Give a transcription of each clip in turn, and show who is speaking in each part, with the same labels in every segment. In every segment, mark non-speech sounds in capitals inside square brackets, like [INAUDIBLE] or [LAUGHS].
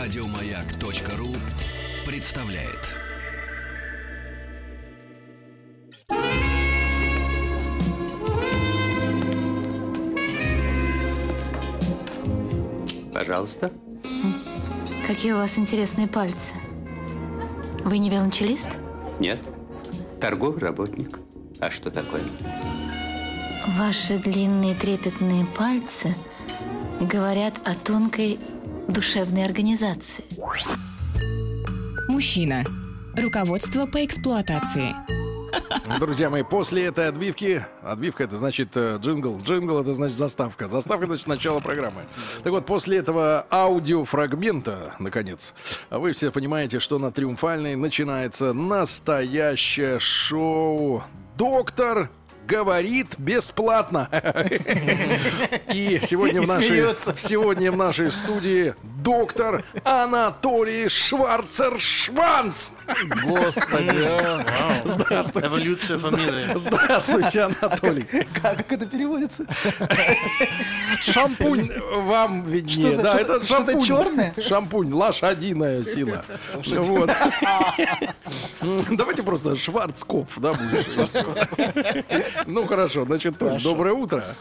Speaker 1: Радиомаяк.ру представляет.
Speaker 2: Пожалуйста.
Speaker 3: Какие у вас интересные пальцы. Вы не велончелист?
Speaker 2: Нет. Торговый работник. А что такое?
Speaker 3: Ваши длинные трепетные пальцы говорят о тонкой душевной организации.
Speaker 4: Мужчина. Руководство по эксплуатации.
Speaker 5: Друзья мои, после этой отбивки, отбивка это значит э, джингл, джингл это значит заставка, заставка значит начало программы. Так вот, после этого аудиофрагмента, наконец, вы все понимаете, что на Триумфальной начинается настоящее шоу «Доктор говорит бесплатно». [LAUGHS] И сегодня в нашей, сегодня в нашей студии доктор Анатолий Шварцер-Шванц. Здравствуйте.
Speaker 6: Эволюция фамилии. Ну,
Speaker 5: Здравствуйте, Анатолий.
Speaker 7: А как это переводится?
Speaker 5: Шампунь вам виднее.
Speaker 7: Что-то-
Speaker 5: Да,
Speaker 7: что-то-
Speaker 5: это
Speaker 7: что-то
Speaker 5: шампунь.
Speaker 7: чёрное?
Speaker 5: Шампунь, лошадиная сила. Вот. [LAUGHS] Давайте просто Шварцкопф, да, будешь? Ну, хорошо, значит, Толь, доброе утро.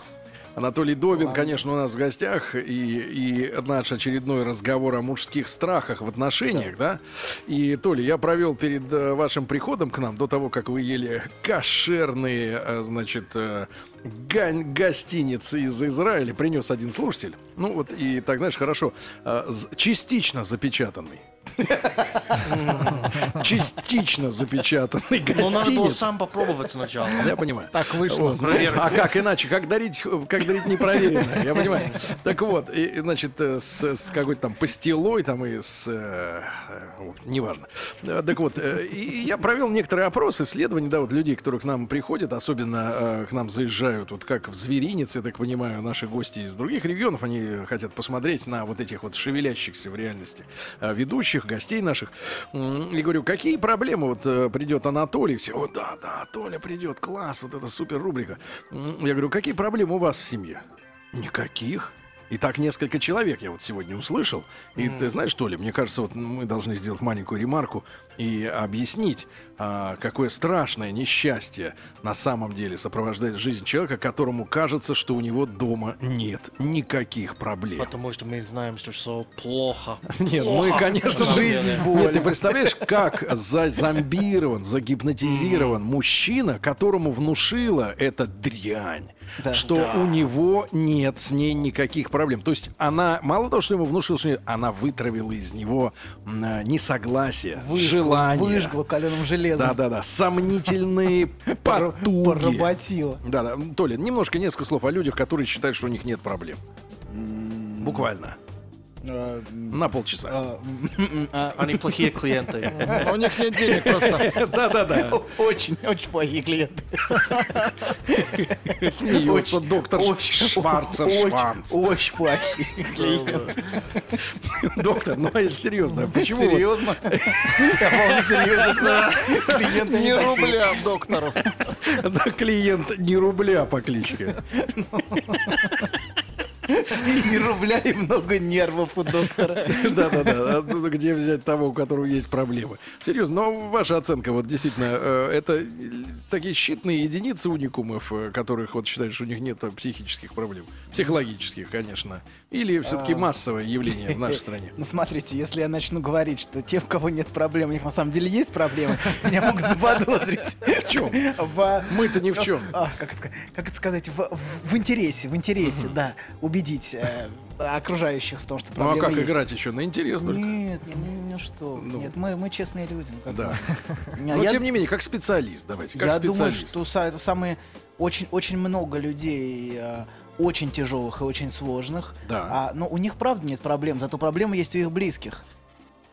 Speaker 5: Анатолий Добин, конечно, у нас в гостях, и, и наш очередной разговор о мужских страхах в отношениях, да? И, Толя, я провел перед э, вашим приходом к нам, до того, как вы ели кошерные, э, значит, э, гань- гостиницы из Израиля, принес один слушатель. Ну вот, и так, знаешь, хорошо, э, з- частично
Speaker 6: [LAUGHS]
Speaker 5: запечатанный. Частично запечатанный
Speaker 6: Ну, надо было
Speaker 5: гостиниц.
Speaker 6: сам попробовать сначала.
Speaker 5: Я понимаю.
Speaker 7: Так вышло.
Speaker 5: Вот, ну, а как иначе? Как дарить, э, как дарить непроверенное? Я понимаю. Так вот, и, и, значит, э, с, с какой-то там пастилой, там и с... э, э, неважно. Э, Так вот, э, и я провел некоторые опросы, исследования, да, вот людей, которые к нам приходят, особенно э, к нам заезжают, вот как в Зверинец, я так понимаю, наши гости из других регионов, они хотят посмотреть на вот этих вот шевелящихся в реальности э, ведущих, гостей наших. М, И говорю, какие проблемы вот э, придет Анатолий? Все, о, да, да, Толя придет, класс, вот это супер рубрика. М, Я говорю, какие проблемы у вас в семье? Никаких. И так несколько человек я вот сегодня услышал. И ты знаешь, что ли, мне кажется, вот мы должны сделать маленькую ремарку и объяснить, а, какое страшное несчастье на самом деле сопровождает жизнь человека, которому кажется, что у него дома нет никаких проблем.
Speaker 6: Потому что мы знаем, что все плохо. [LAUGHS]
Speaker 5: Нет, мы, конечно, жизнь Нет, ты [LAUGHS] представляешь, как за- зомбирован, загипнотизирован мужчина, которому внушила эта дрянь, что у него нет с ней никаких проблем. То есть она, мало того, что ему внушила, что нет, она вытравила из него м, э, несогласие, желание.
Speaker 7: Выжгла каленым железом.
Speaker 5: Да-да-да, сомнительные португи.
Speaker 7: Поработила.
Speaker 5: Да-да, М, Толя, немножко несколько слов о людях, которые считают, что у них нет проблем. Буквально.
Speaker 7: Э, м,
Speaker 5: На полчаса.
Speaker 7: э, м, а,
Speaker 6: Они плохие клиенты.
Speaker 8: А У них нет денег просто.
Speaker 5: [LAUGHS] Да-да-да.
Speaker 7: Очень, очень плохие клиенты.
Speaker 5: Смеется доктор Шварцер Шванц.
Speaker 7: Очень, очень
Speaker 5: [LAUGHS]
Speaker 7: плохие клиенты.
Speaker 5: Доктор, ну а если серьезно, почему? вот-
Speaker 7: Серьезно?
Speaker 5: [LAUGHS]
Speaker 7: Я помню, серьезно. [LAUGHS] Клиенты
Speaker 8: Ни
Speaker 7: не
Speaker 6: Ну,
Speaker 7: так себе.
Speaker 8: рубля доктору.
Speaker 5: Да, клиент не рубля по кличке.
Speaker 7: Ни рубля и много нервов у доктора.
Speaker 5: [LAUGHS] Да-да-да, ну, где взять того, у которого есть проблемы. Серьезно, но ваша оценка, вот действительно, э, это такие щитные единицы уникумов, э, которых вот считаешь, что у них нет э, психических проблем. Психологических, конечно. Или
Speaker 7: А.
Speaker 5: все-таки массовое явление в нашей стране.
Speaker 7: Ну, смотрите, если я начну говорить, что те, у кого нет проблем, у них на самом деле есть проблемы, [LAUGHS] меня могут заподозрить.
Speaker 5: В чем?
Speaker 7: В-
Speaker 5: Мы-то ни в чем.
Speaker 7: А, как, это, как это сказать? В, в- в интересе, в интересе, да. Убедить э, окружающих в том, что
Speaker 5: Ну а
Speaker 7: проблемы
Speaker 5: как
Speaker 7: есть.
Speaker 5: играть еще? На интерес только.
Speaker 7: Нет, не- ну, ну что,
Speaker 5: Ну.
Speaker 7: нет, мы, мы честные люди. ну как
Speaker 5: Да.
Speaker 7: мы. Не,
Speaker 5: Но
Speaker 7: я-
Speaker 5: тем не менее, как специалист, давайте, как
Speaker 7: я думаю,
Speaker 5: специалист.
Speaker 7: что са- это самые очень, очень много людей э, очень тяжелых и очень сложных.
Speaker 5: Да.
Speaker 7: А, но у них правда нет проблем, зато проблемы есть у их близких.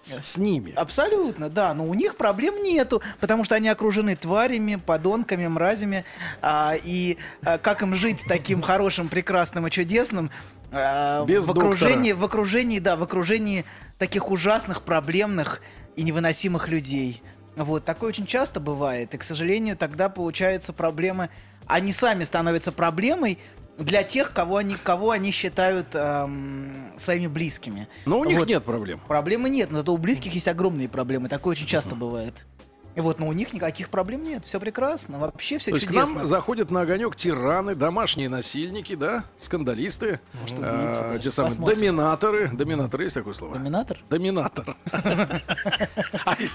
Speaker 5: С с ними.
Speaker 7: А Абсолютно, да, но у них проблем нету, потому что они окружены тварями, подонками, мразями, а, и а, как им жить таким хорошим, прекрасным и чудесным а,
Speaker 5: Без
Speaker 7: в окружении, в окружении, да, в окружении таких ужасных, проблемных и невыносимых людей. Вот такое очень часто бывает, и, к сожалению, тогда получаются проблемы, они сами становятся проблемой, для тех, кого они, кого они считают эм, своими близкими.
Speaker 5: Но у них
Speaker 7: Вот.
Speaker 5: нет проблем.
Speaker 7: Проблемы нет, но зато у близких есть огромные проблемы. Такое очень часто бывает. И вот, но у них никаких проблем нет, все прекрасно, вообще все
Speaker 5: То есть к
Speaker 7: чудесно.
Speaker 5: нам заходят на огонек тираны, домашние насильники, да, скандалисты,
Speaker 7: Может,
Speaker 5: э,
Speaker 7: убийцы даже.
Speaker 5: те самые
Speaker 7: Посмотрим.
Speaker 5: доминаторы. Доминаторы есть такое слово?
Speaker 7: Доминатор?
Speaker 5: Доминатор.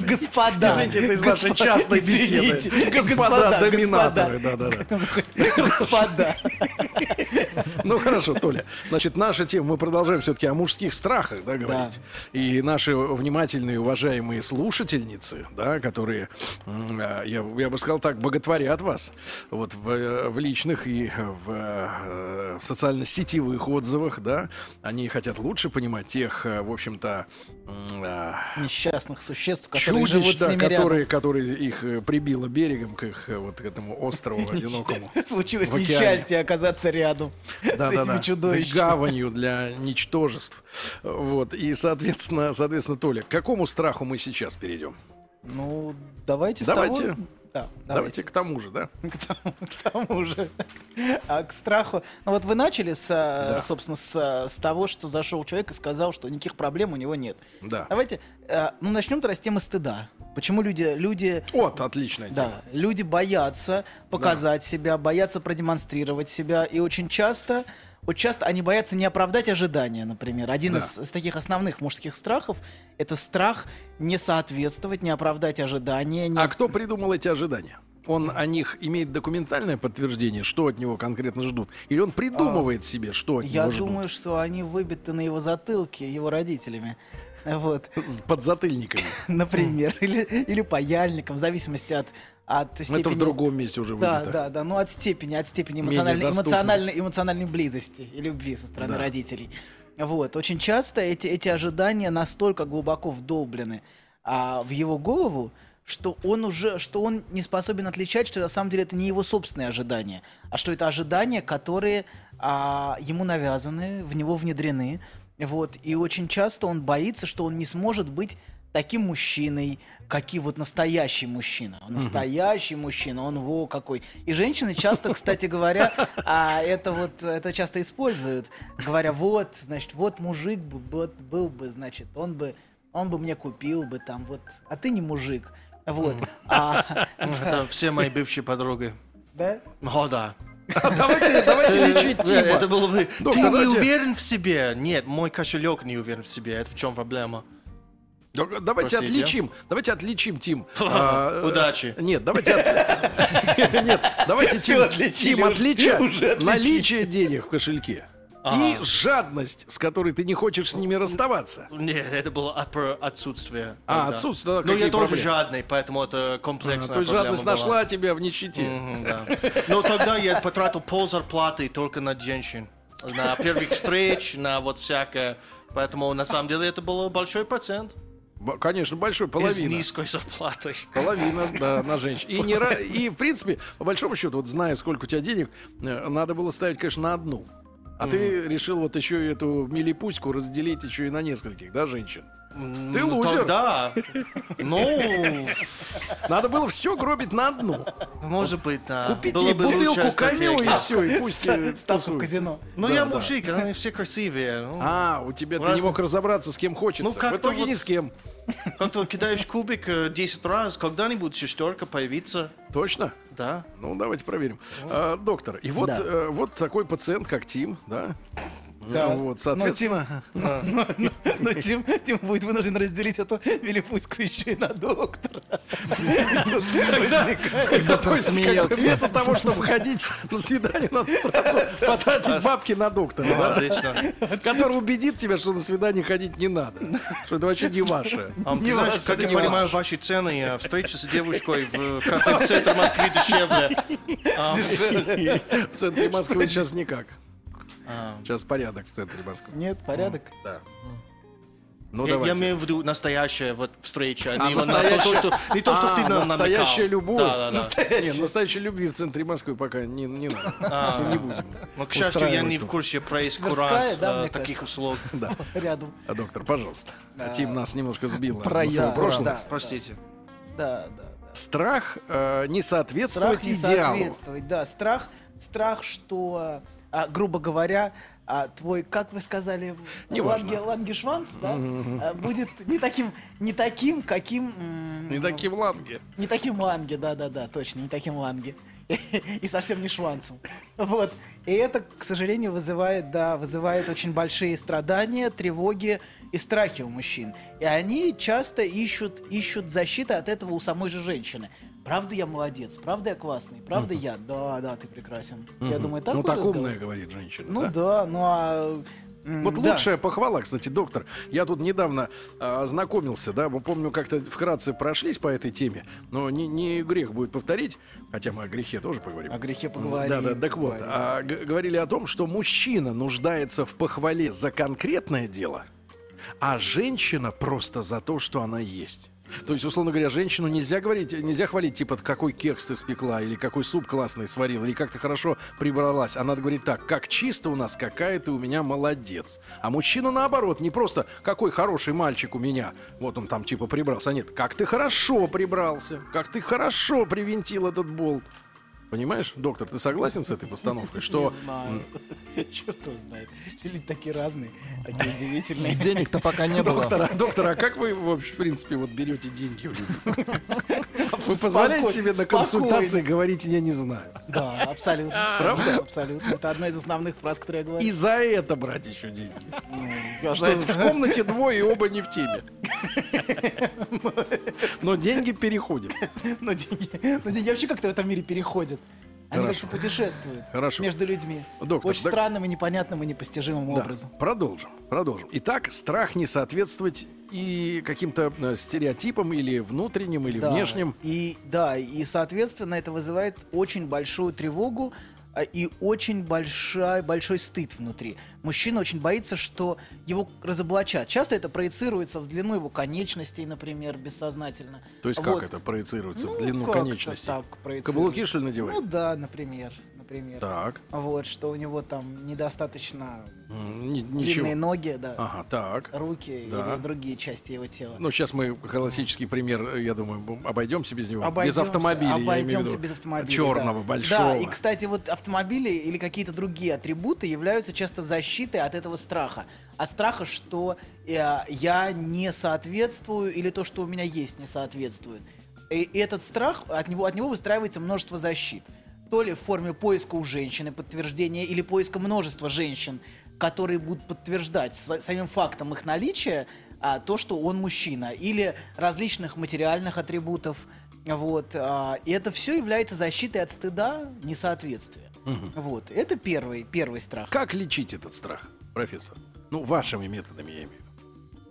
Speaker 7: Господа!
Speaker 5: Извините, это из нашей
Speaker 7: Господа,
Speaker 5: частной
Speaker 7: извините.
Speaker 5: беседы. Господа,
Speaker 7: господа.
Speaker 5: доминаторы. Да-да-да.
Speaker 7: Господа!
Speaker 5: Ну хорошо, Толя. Значит, наша тема, мы продолжаем все-таки о мужских страхах, да, говорить. И наши внимательные, уважаемые слушательницы, да, которые, м, а, я, я бы сказал так, боготворят вас вот в, э, в личных и в, э, в социально-сетевых отзывах, да, они хотят лучше понимать тех, э, в общем-то, м, а,
Speaker 7: Несчастных существ, которые
Speaker 5: чудищ,
Speaker 7: живут с
Speaker 5: да,
Speaker 7: ними рядом.
Speaker 5: которые, которые их э, прибило берегом к их э, вот к этому
Speaker 7: [LAUGHS]
Speaker 5: острову одинокому.
Speaker 7: Случилось
Speaker 5: в океане.
Speaker 7: несчастье оказаться рядом с
Speaker 5: Да-да-да.
Speaker 7: этими чудовищами.
Speaker 5: Гаванью для ничтожеств. Вот. И, соответственно, соответственно, Толя, к какому страху мы сейчас перейдем?
Speaker 7: Ну, давайте,
Speaker 5: Давайте.
Speaker 7: с того... Да,
Speaker 5: Давайте
Speaker 7: давайте.
Speaker 5: к тому же, да?
Speaker 7: [LAUGHS] К тому, к тому же. А к страху. Ну вот вы начали, с, а,
Speaker 5: Да.
Speaker 7: собственно, с, а, с того, что зашел человек и сказал, что никаких проблем у него нет.
Speaker 5: Да.
Speaker 7: Давайте, а, ну начнем тогда с темы стыда. Почему люди, люди,
Speaker 5: Вот, отличная тема.
Speaker 7: да, люди боятся показать себя, боятся продемонстрировать себя, и очень часто, очень часто они боятся не оправдать ожидания, например. Один
Speaker 5: Да.
Speaker 7: из, из таких основных мужских страхов – это страх не соответствовать, не оправдать ожидания, не
Speaker 5: А кто придумал эти ожидания? Он о них имеет документальное подтверждение, что от него конкретно ждут? Или он придумывает себе, что от
Speaker 7: А, Я
Speaker 5: него ждут?
Speaker 7: думаю, что они выбиты на его затылке его родителями. [LAUGHS] Вот,
Speaker 5: С подзатыльниками.
Speaker 7: например, или, или паяльником, в зависимости от, от степени...
Speaker 5: Хм. Ну, Это в другом месте уже
Speaker 7: Да,
Speaker 5: выбито.
Speaker 7: да, да, ну от степени, от степени
Speaker 5: Менее
Speaker 7: эмоциональной,
Speaker 5: доступно.
Speaker 7: эмоциональной, эмоциональной близости и любви со стороны
Speaker 5: Да.
Speaker 7: родителей. Вот, очень часто эти, эти ожидания настолько глубоко вдолблены а, в его голову, что он уже, что он не способен отличать, что на самом деле это не его собственные ожидания, а что это ожидания, которые а, ему навязаны, в него внедрены. Вот, и очень часто он боится, что он не сможет быть таким мужчиной, какие вот настоящий мужчина. Он Настоящий мужчина, он во какой. И женщины часто, кстати говоря, а, это вот это часто используют, говоря, вот, значит, вот мужик бы, вот был бы, значит, он бы, он бы мне купил бы там вот, а ты не мужик. Вот. А,
Speaker 6: Это все мои бывшие подруги.
Speaker 7: да?
Speaker 6: О, да.
Speaker 5: Давайте, давайте лечить
Speaker 6: Э,
Speaker 5: Тима.
Speaker 6: Это было бы...
Speaker 5: Доктор,
Speaker 6: Ты не
Speaker 5: давайте-
Speaker 6: уверен в себе. Нет, мой кошелек не уверен в себе. Это в чем проблема?
Speaker 5: Да, Давайте
Speaker 6: Простите.
Speaker 5: отличим, давайте отличим,
Speaker 6: [LAUGHS]
Speaker 5: Тим. А, э,
Speaker 6: Удачи.
Speaker 5: Нет, давайте. от- [LAUGHS] Нет, давайте Тим,
Speaker 7: Всё отличили
Speaker 5: Тим
Speaker 7: уже, уже
Speaker 5: отличать
Speaker 7: отличили.
Speaker 5: наличие денег в кошельке и
Speaker 6: Ага.
Speaker 5: жадность, с которой ты не хочешь с ними расставаться.
Speaker 6: Нет, это было от- про отсутствие.
Speaker 5: А,
Speaker 6: Да.
Speaker 5: отсутствие, да,
Speaker 6: Ну, я
Speaker 5: какие
Speaker 6: тоже
Speaker 5: проблемы? А,
Speaker 6: жадный, поэтому это комплексная
Speaker 5: То есть
Speaker 6: проблема
Speaker 5: жадность
Speaker 6: была.
Speaker 5: нашла тебя в нищете.
Speaker 6: Мгм, да. Но тогда я потратил пол зарплаты только на женщин. На первых встреч, на вот всякое. Поэтому, на самом деле, это был большой процент.
Speaker 5: Б- Конечно, большой
Speaker 6: Из
Speaker 5: половина.
Speaker 6: низкой зарплаты.
Speaker 5: Половина, да, на женщин. И, не, ра- и, в принципе, по большому счету, вот зная, сколько у тебя денег, э, надо было ставить, конечно, на одну. А ты решил вот еще и эту милипуську разделить еще и на нескольких, да, женщин? Ты
Speaker 6: Ну,
Speaker 5: лузер.
Speaker 6: Тогда, ну,
Speaker 5: Надо было все гробить на одну.
Speaker 6: может быть, да.
Speaker 5: Купить
Speaker 6: А, Было
Speaker 5: ей
Speaker 6: бы лучше
Speaker 5: бутылку
Speaker 6: оставить.
Speaker 5: камю и все, и пусть э,
Speaker 7: Ставку в
Speaker 5: тусуется.
Speaker 7: казино.
Speaker 6: Ну,
Speaker 5: Да,
Speaker 6: я
Speaker 5: да.
Speaker 6: мужик, они все красивее. Ну,
Speaker 5: А, у тебя ты не
Speaker 6: Разве-
Speaker 5: мог разобраться, с кем хочется.
Speaker 6: Ну,
Speaker 5: в
Speaker 6: как-то
Speaker 5: итоге
Speaker 6: вот-
Speaker 5: ни с кем.
Speaker 6: Как ты кидаешь кубик э, 10 раз, когда-нибудь шестерка появится.
Speaker 5: Точно?
Speaker 6: Да.
Speaker 5: Ну, давайте проверим. А, доктор, и вот,
Speaker 7: Да.
Speaker 5: э, вот такой пациент, как Тим, да?
Speaker 7: Да.
Speaker 5: Ну, вот,
Speaker 7: Но
Speaker 5: соответственно.
Speaker 7: Тим, но Тим- Тим будет вынужден разделить эту Вилипуську еще и на доктора. Тут возникает-
Speaker 5: То есть, как бы, вместо того, чтобы ходить на свидание, надо сразу потратить бабки на доктора,
Speaker 6: Ну, Отлично.
Speaker 5: да? который убедит тебя, что на свидание ходить не надо, что это вообще не ваше.
Speaker 6: А, ты знаешь, как я понимаю, ваши цены, э, встреча с девушкой в э, кафе в центре Москвы дешевле.
Speaker 5: В центре Москвы сейчас никак.
Speaker 7: А.
Speaker 5: Сейчас порядок в центре Москвы.
Speaker 7: Нет, порядок.
Speaker 5: Да. Ну,
Speaker 6: Я, я
Speaker 5: давайте.
Speaker 6: имею в виду настоящая вот встреча, а не, вот на
Speaker 5: настоящая-
Speaker 6: то, что, не то, что
Speaker 5: А,
Speaker 6: ты на- намекал.
Speaker 5: настоящая любовь.
Speaker 6: Да, да, да.
Speaker 5: Нет, настоящей любви в центре Москвы пока не, не надо.
Speaker 7: А.
Speaker 5: Не будем.
Speaker 6: А, Но, к счастью, я не в
Speaker 5: Устраивает.
Speaker 6: курсе про
Speaker 7: Тверская,
Speaker 6: эскурант
Speaker 7: да,
Speaker 6: э,
Speaker 7: мне
Speaker 6: таких
Speaker 7: кажется.
Speaker 6: услуг.
Speaker 5: Да.
Speaker 7: Рядом.
Speaker 5: А, Доктор, пожалуйста. Тим нас немножко сбила.
Speaker 7: Про
Speaker 5: мысль в
Speaker 7: я.
Speaker 5: прошлом.
Speaker 7: Да,
Speaker 6: Простите.
Speaker 7: Да, да.
Speaker 5: Страх э, не
Speaker 7: страх
Speaker 5: соответствовать
Speaker 7: не
Speaker 5: идеалу.
Speaker 7: соответствовать, да, страх, страх, что а, грубо говоря, а, твой, как вы сказали,
Speaker 5: Неважно.
Speaker 7: ланге- лангешванс, да, а, будет не таким, не таким, каким... м,
Speaker 5: Не таким ланге.
Speaker 7: Не таким ланге, да-да-да, точно, не таким ланге. [LAUGHS] И совсем не шванцем. Вот. И это, к сожалению, вызывает, да, вызывает очень большие страдания, тревоги и страхи у мужчин. И они часто ищут, ищут защиты от этого у самой же женщины. Правда я молодец, правда я классный, правда я, да, да, ты прекрасен. Я думаю, так
Speaker 5: Ну,
Speaker 7: вот
Speaker 5: так
Speaker 7: разговор?
Speaker 5: умная, говорит женщина.
Speaker 7: Ну
Speaker 5: да?
Speaker 7: да, ну а... м,
Speaker 5: Вот
Speaker 7: да.
Speaker 5: лучшая похвала, кстати, доктор. Я тут недавно а, ознакомился, да, мы помню, как-то вкратце прошлись по этой теме, но не, не грех будет повторить, хотя мы о грехе тоже поговорим.
Speaker 7: О грехе поговорим.
Speaker 5: Да, да, так вот,
Speaker 7: поговорим.
Speaker 5: а, г- говорили о том, что мужчина нуждается в похвале за конкретное дело, а женщина просто за то, что она есть. То есть, условно говоря, женщину нельзя говорить, нельзя хвалить, типа, какой кекс ты спекла, или какой суп классный сварил, или как ты хорошо прибралась. А надо говорить так, как чисто у нас, какая ты у меня молодец. А мужчина наоборот, не просто, какой хороший мальчик у меня, вот он там типа прибрался, а нет, как ты хорошо прибрался, как ты хорошо привинтил этот болт. Понимаешь, доктор, ты согласен с этой постановкой, что
Speaker 7: Не знаю. [LAUGHS] Черт его знает. Все люди такие разные,
Speaker 5: [LAUGHS]
Speaker 7: такие удивительные.
Speaker 8: Денег-то пока не было.
Speaker 5: доктор, а, доктор, а как вы вообще, в принципе, вот берете деньги
Speaker 7: [LAUGHS]
Speaker 5: у людей? Вы позволяете
Speaker 7: Спокой-
Speaker 5: себе на
Speaker 7: спокойно.
Speaker 5: консультации говорить, я не знаю.
Speaker 7: [LAUGHS] Да, абсолютно. Правда? Абсолютно. Это одна из основных фраз, которые я говорю.
Speaker 5: И за это брать еще деньги.
Speaker 7: Я
Speaker 5: Что в комнате двое и оба не в теме. Но деньги переходят.
Speaker 7: [LAUGHS] Но деньги, но деньги вообще как-то в этом мире переходят. Они
Speaker 5: Хорошо.
Speaker 7: как-то путешествуют
Speaker 5: Хорошо.
Speaker 7: между людьми.
Speaker 5: Доктор,
Speaker 7: Очень
Speaker 5: док-
Speaker 7: странным и непонятным и непостижимым
Speaker 5: Да,
Speaker 7: образом.
Speaker 5: Продолжим, продолжим. Итак, страх не соответствовать и каким-то э, стереотипам или внутренним, или
Speaker 7: Да,
Speaker 5: внешним.
Speaker 7: И да, и соответственно это вызывает очень большую тревогу а, и очень большой, большой стыд внутри. Мужчина очень боится, что его разоблачат. Часто это проецируется в длину его конечностей, например, бессознательно.
Speaker 5: То есть как
Speaker 7: Вот.
Speaker 5: это проецируется
Speaker 7: Ну,
Speaker 5: в длину
Speaker 7: как-то
Speaker 5: конечности?
Speaker 7: так проецируется.
Speaker 5: Каблуки, что ли, надевает?
Speaker 7: Ну да, например, например.
Speaker 5: Так,
Speaker 7: Вот, что у него там недостаточно
Speaker 5: м, ни-
Speaker 7: длинные
Speaker 5: ничего.
Speaker 7: ноги, да,
Speaker 5: Ага, так.
Speaker 7: руки
Speaker 5: Да.
Speaker 7: или другие части его тела.
Speaker 5: Ну, сейчас мы классический пример, э, я думаю, бу- обойдемся без него. без
Speaker 7: Обойдемся-
Speaker 5: автомобиля, я имею в
Speaker 7: обойдемся
Speaker 5: виду.
Speaker 7: без автомобиля.
Speaker 5: Черного,
Speaker 7: да.
Speaker 5: большого.
Speaker 7: Да, и, кстати, вот автомобили или какие-то другие атрибуты являются часто защитой от этого страха. От страха, что э, я не соответствую или то, что у меня есть, не соответствует. И этот страх, от него, от него выстраивается множество защит. То ли в форме поиска у женщины подтверждения или поиска множества женщин, которые будут подтверждать с- самим фактом их наличия а, то, что он мужчина, или различных материальных атрибутов, вот, а, и это все является защитой от стыда, несоответствия. Вот, это первый, первый страх.
Speaker 5: Как лечить этот страх, профессор? Ну, вашими методами, я имею в виду.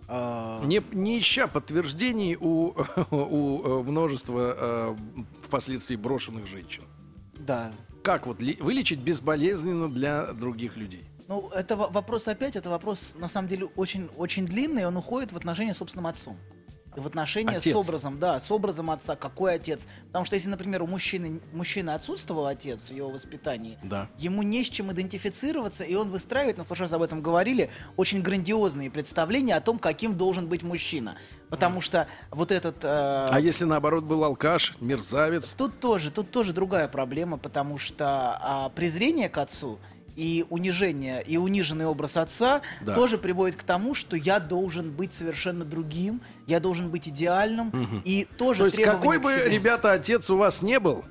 Speaker 7: А,
Speaker 5: Не, не ища подтверждений у, [LAUGHS] у э, множества э, впоследствии брошенных женщин.
Speaker 7: да.
Speaker 5: Как вот ли- вылечить безболезненно для других людей?
Speaker 7: Ну, это во- вопрос опять, это вопрос, на самом деле, очень, очень длинный, и он уходит в отношения с собственным отцом. И В отношения
Speaker 5: Отец.
Speaker 7: с образом, да, с образом отца, какой отец. Потому что если, например, у мужчины, мужчины отсутствовал отец в его воспитании,
Speaker 5: Да.
Speaker 7: Ему не с чем идентифицироваться, и он выстраивает, мы в прошлый раз об этом говорили, очень грандиозные представления о том, каким должен быть мужчина. Потому что вот этот... э,
Speaker 5: А если наоборот был алкаш, мерзавец?
Speaker 7: Тут тоже, тут тоже другая проблема, потому что а, презрение к отцу и унижение, и униженный образ отца
Speaker 5: Да.
Speaker 7: тоже приводит к тому, что я должен быть совершенно другим, я должен быть идеальным, и тоже
Speaker 5: То есть
Speaker 7: требования
Speaker 5: какой
Speaker 7: к
Speaker 5: бы,
Speaker 7: себе.
Speaker 5: ребята, отец у вас не был,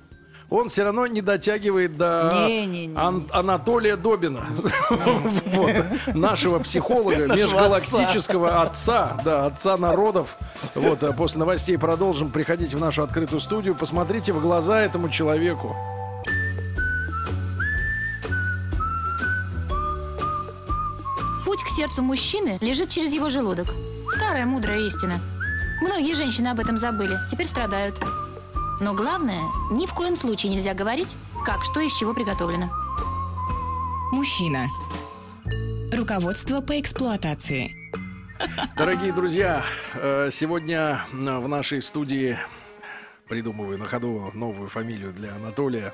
Speaker 5: он все равно не дотягивает до
Speaker 7: Не-не-не.
Speaker 5: Ан- Анатолия Добина, [LAUGHS] Вот. нашего психолога, межгалактического отца, да, отца народов. Вот, а после новостей продолжим. Приходите в нашу открытую студию, посмотрите в глаза этому человеку.
Speaker 3: Путь к сердцу мужчины лежит через его желудок. Старая мудрая истина. Многие женщины об этом забыли, теперь страдают. Но главное, ни в коем случае нельзя говорить, как что из чего приготовлено.
Speaker 4: Мужчина. Руководство по эксплуатации.
Speaker 5: Дорогие друзья, э, сегодня э, в нашей студии придумываю на ходу новую фамилию для Анатолия.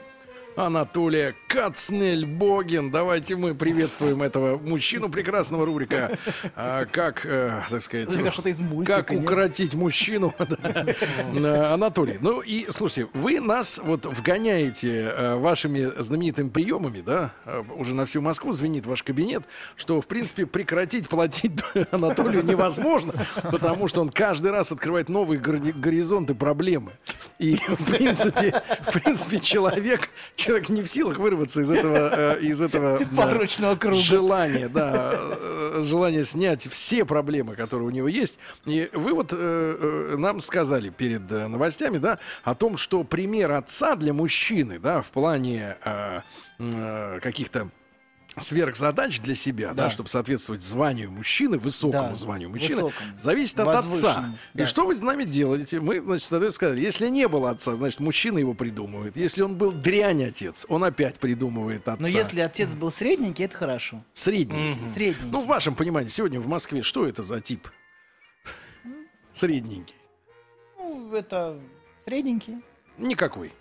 Speaker 5: Анатолия Кацнель-Богин. Давайте мы приветствуем этого мужчину прекрасного рубрика а, «Как, э, так сказать,
Speaker 7: Это как что-то из мультика,
Speaker 5: как
Speaker 7: нет?
Speaker 5: укротить мужчину». [LAUGHS] Да. Э, Анатолий, ну и слушайте, вы нас вот вгоняете э, вашими знаменитыми приемами, да, э, уже на всю Москву звенит ваш кабинет, что, в принципе, прекратить платить [LAUGHS] Анатолию невозможно, потому что он каждый раз открывает новые гори- горизонты проблемы. И, в принципе, в принципе человек, человек не в силах вырваться из этого, э, из этого э,
Speaker 7: [LAUGHS] Порочного круга.
Speaker 5: желание, да, э, желание снять все проблемы, которые у него есть. И вы вот э, э, нам сказали перед э, новостями, да, о том, что пример отца для мужчины, да, в плане э, э, каких-то сверхзадач для себя, да.
Speaker 7: Да.
Speaker 5: чтобы соответствовать званию мужчины, высокому
Speaker 7: Да,
Speaker 5: званию мужчины,
Speaker 7: высокому.
Speaker 5: зависит от отца.
Speaker 7: Возвышенному,
Speaker 5: И
Speaker 7: да.
Speaker 5: что вы с нами делаете? Мы, значит, соответственно, сказали, если не было отца, значит, мужчина его придумывает. Если он был дрянь отец, он опять придумывает отца.
Speaker 7: Но если отец был средненький, это хорошо.
Speaker 5: Средний.
Speaker 7: Средненький.
Speaker 5: Ну, в вашем понимании, сегодня в Москве что это за тип? Средненький.
Speaker 7: Ну, это средненький.
Speaker 5: Никакой.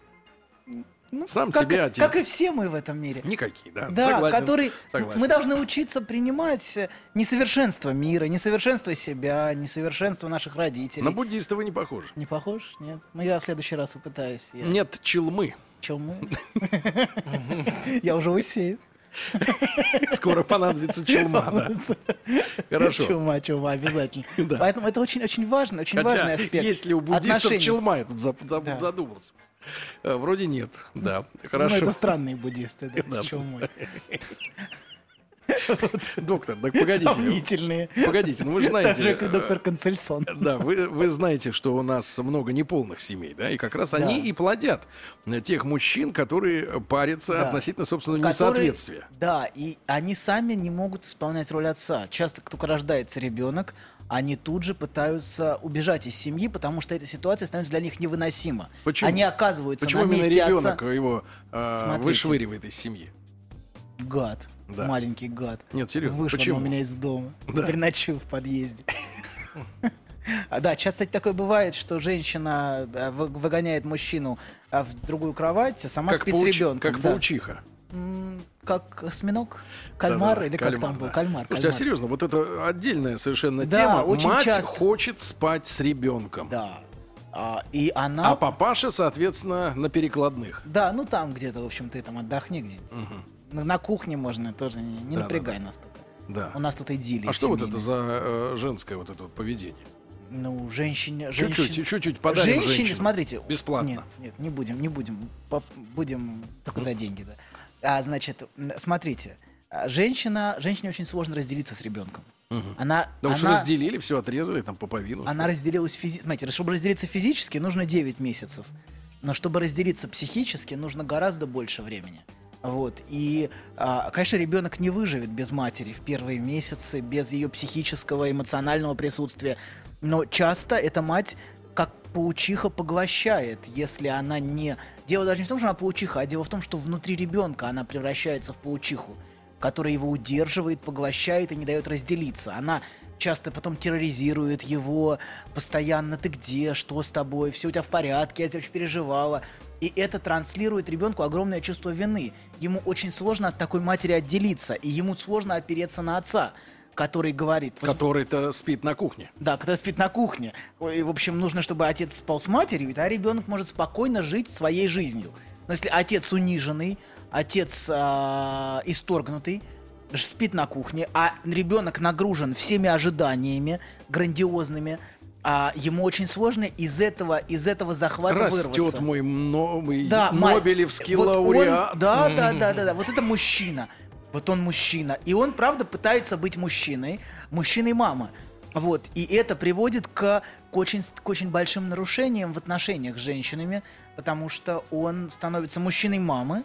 Speaker 7: Ну,
Speaker 5: Сам
Speaker 7: как,
Speaker 5: себе отец.
Speaker 7: Как и все мы в этом мире.
Speaker 5: Никакие, да.
Speaker 7: Да,
Speaker 5: согласен,
Speaker 7: который
Speaker 5: согласен.
Speaker 7: мы должны учиться принимать э, несовершенство мира, несовершенство себя, несовершенство наших родителей.
Speaker 5: На буддиста вы не похожи.
Speaker 7: Не похож? Нет. Ну, я в следующий раз попытаюсь. Я...
Speaker 5: Нет челмы. [LAUGHS]
Speaker 7: Чё мы? Я уже усею.
Speaker 5: Скоро понадобится челма, да. Хорошо.
Speaker 7: Чума, чума, обязательно.
Speaker 5: [LAUGHS] Да.
Speaker 7: Поэтому это очень-очень важно, очень важный
Speaker 5: Хотя,
Speaker 7: аспект.
Speaker 5: есть ли у буддистов
Speaker 7: отношений.
Speaker 5: челма, я тут зап- зап-
Speaker 7: Да.
Speaker 5: задумался. Э, Вроде нет, да.
Speaker 7: Ну,
Speaker 5: Хорошо.
Speaker 7: это странные буддисты, да,
Speaker 5: Да.
Speaker 7: с чумой.
Speaker 5: Доктор, так погодите.
Speaker 7: Сомнительные.
Speaker 5: Погодите, ну вы же знаете.
Speaker 7: Даже как
Speaker 5: э,
Speaker 7: доктор Концельсон.
Speaker 5: Да, вы, вы знаете, что у нас много неполных семей, да, и как раз они
Speaker 7: Да.
Speaker 5: и плодят э, тех мужчин, которые парятся
Speaker 7: Да.
Speaker 5: относительно собственного
Speaker 7: которые-
Speaker 5: несоответствия.
Speaker 7: Да, и они сами не могут исполнять роль отца. Часто, как только рождается ребенок, они тут же пытаются убежать из семьи, потому что эта ситуация становится для них невыносима.
Speaker 5: Почему?
Speaker 7: Они оказываются
Speaker 5: Почему
Speaker 7: на
Speaker 5: именно
Speaker 7: месте
Speaker 5: ребенок
Speaker 7: отца.
Speaker 5: его э,
Speaker 7: Смотрите.
Speaker 5: вышвыривает из семьи?
Speaker 7: Гад.
Speaker 5: Да.
Speaker 7: Маленький гад.
Speaker 5: Нет, серьезно,
Speaker 7: Вышел он
Speaker 5: почему?
Speaker 7: у меня из дома.
Speaker 5: Да.
Speaker 7: Переночил в подъезде. А, Да, часто кстати, такое бывает, что женщина э, вы- выгоняет мужчину э, в другую кровать, а сама спит с
Speaker 5: пауч-
Speaker 7: ребенком.
Speaker 5: как
Speaker 7: да.
Speaker 5: паучиха.
Speaker 7: М, Как осьминог? Кальмар
Speaker 5: Да-да-да,
Speaker 7: или как
Speaker 5: кальмар,
Speaker 7: там был?
Speaker 5: да.
Speaker 7: Кальмар.
Speaker 5: Слушайте, а
Speaker 7: кальмар.
Speaker 5: серьезно, вот это отдельная совершенно
Speaker 7: Да,
Speaker 5: тема.
Speaker 7: очень
Speaker 5: Мать
Speaker 7: часто.
Speaker 5: хочет спать с ребенком.
Speaker 7: Да. А, и она...
Speaker 5: А папаша, соответственно, на перекладных.
Speaker 7: Да, ну там где-то, в общем, ты там отдохни где-нибудь. На, на кухне можно тоже, не, не
Speaker 5: Да-да-да.
Speaker 7: напрягай нас тут.
Speaker 5: Да.
Speaker 7: У нас тут идиллия
Speaker 5: а что вот это
Speaker 7: семейная.
Speaker 5: за э, женское вот это вот поведение?
Speaker 7: Ну, женщине... женщин-
Speaker 5: Чуть-чуть, чуть-чуть подарим
Speaker 7: женщине,
Speaker 5: женщинам.
Speaker 7: смотрите.
Speaker 5: Бесплатно.
Speaker 7: Нет, нет, не будем, не будем. Поп- будем только за деньги, да. А, значит, м, смотрите. а, Женщина, женщине очень сложно разделиться с ребенком. Она,
Speaker 5: Да уж
Speaker 7: она-
Speaker 5: разделили, все отрезали, там пуповину.
Speaker 7: она разделилась физически. Смотрите, чтобы разделиться физически, нужно 9 месяцев. Но чтобы разделиться психически, нужно гораздо больше времени. Вот. И, а, конечно, ребенок не выживет без матери в первые месяцы, без ее психического, эмоционального присутствия. Но часто эта мать как паучиха поглощает, если она не... Дело даже не в том, что она паучиха, а дело в том, что внутри ребенка она превращается в паучиху которая его удерживает, поглощает и не дает разделиться. Она часто потом терроризирует его, постоянно ты где, что с тобой, все у тебя в порядке, я тебя очень переживала. И это транслирует ребенку огромное чувство вины. Ему очень сложно от такой матери отделиться, и ему сложно опереться на отца, который говорит... «Вот
Speaker 5: который-то спит на кухне.
Speaker 7: да, когда спит на кухне. Ой, в общем, нужно, чтобы отец спал с матерью, и тогда ребенок может спокойно жить своей жизнью. Но если отец униженный, отец а, исторгнутый, ж- спит на кухне, а ребенок нагружен всеми ожиданиями грандиозными, а ему очень сложно из этого, из этого захвата
Speaker 5: Растет
Speaker 7: вырваться.
Speaker 5: мой новый
Speaker 7: Да, Май-
Speaker 5: Нобелевский
Speaker 7: вот он-
Speaker 5: лауреат.
Speaker 7: да, да, да, да, да. Вот это мужчина. Вот он мужчина. И он, правда, пытается быть мужчиной. Мужчиной мама. Вот. И это приводит к, к очень, к очень большим нарушениям в отношениях с женщинами, потому что он становится мужчиной мамы,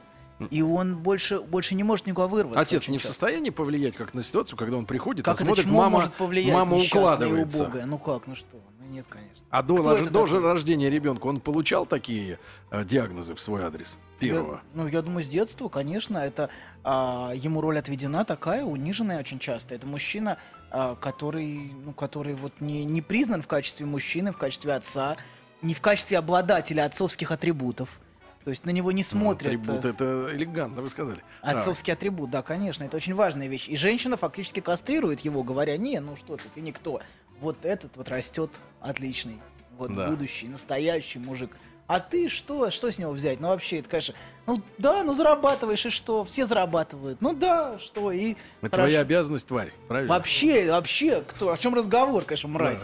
Speaker 7: и он больше, больше не может никуда
Speaker 5: [LAUGHS]
Speaker 7: вырваться.
Speaker 5: Отец
Speaker 7: очень
Speaker 5: не в
Speaker 7: часто.
Speaker 5: состоянии повлиять как на ситуацию, когда он приходит, а
Speaker 7: Как это
Speaker 5: смотрит,
Speaker 7: чмо
Speaker 5: мама,
Speaker 7: может повлиять Ну,
Speaker 5: мама
Speaker 7: несчастная и
Speaker 5: укладывается.
Speaker 7: убогая? Ну как, ну что? Ну нет, конечно.
Speaker 5: А до,
Speaker 7: Кто
Speaker 5: рож-
Speaker 7: это
Speaker 5: до же
Speaker 7: такой?
Speaker 5: рождения ребенка он получал такие э, диагнозы в свой адрес? Первого.
Speaker 7: Я- ну, я думаю, с детства, конечно, это а, ему роль отведена такая, униженная очень часто. Это мужчина, а, который, ну, который вот не, не признан в качестве мужчины, в качестве отца, не в качестве обладателя отцовских атрибутов. То есть на него не смотрят.
Speaker 5: Атрибут,
Speaker 7: э,
Speaker 5: это элегантно, вы сказали. Да.
Speaker 7: Отцовский атрибут, да, конечно, это очень важная вещь. И женщина фактически кастрирует его, говоря, не, ну что ты, ты никто. Вот этот вот растет отличный, вот
Speaker 5: Да.
Speaker 7: будущий, настоящий мужик. А ты что, что с него взять? Ну вообще, это, конечно, ну да, ну зарабатываешь, и что? Все зарабатывают. Ну да, что, и...
Speaker 5: Это
Speaker 7: хорошо.
Speaker 5: твоя обязанность, тварь, правильно?
Speaker 7: Вообще, вообще, кто, о чем разговор, конечно, мразь.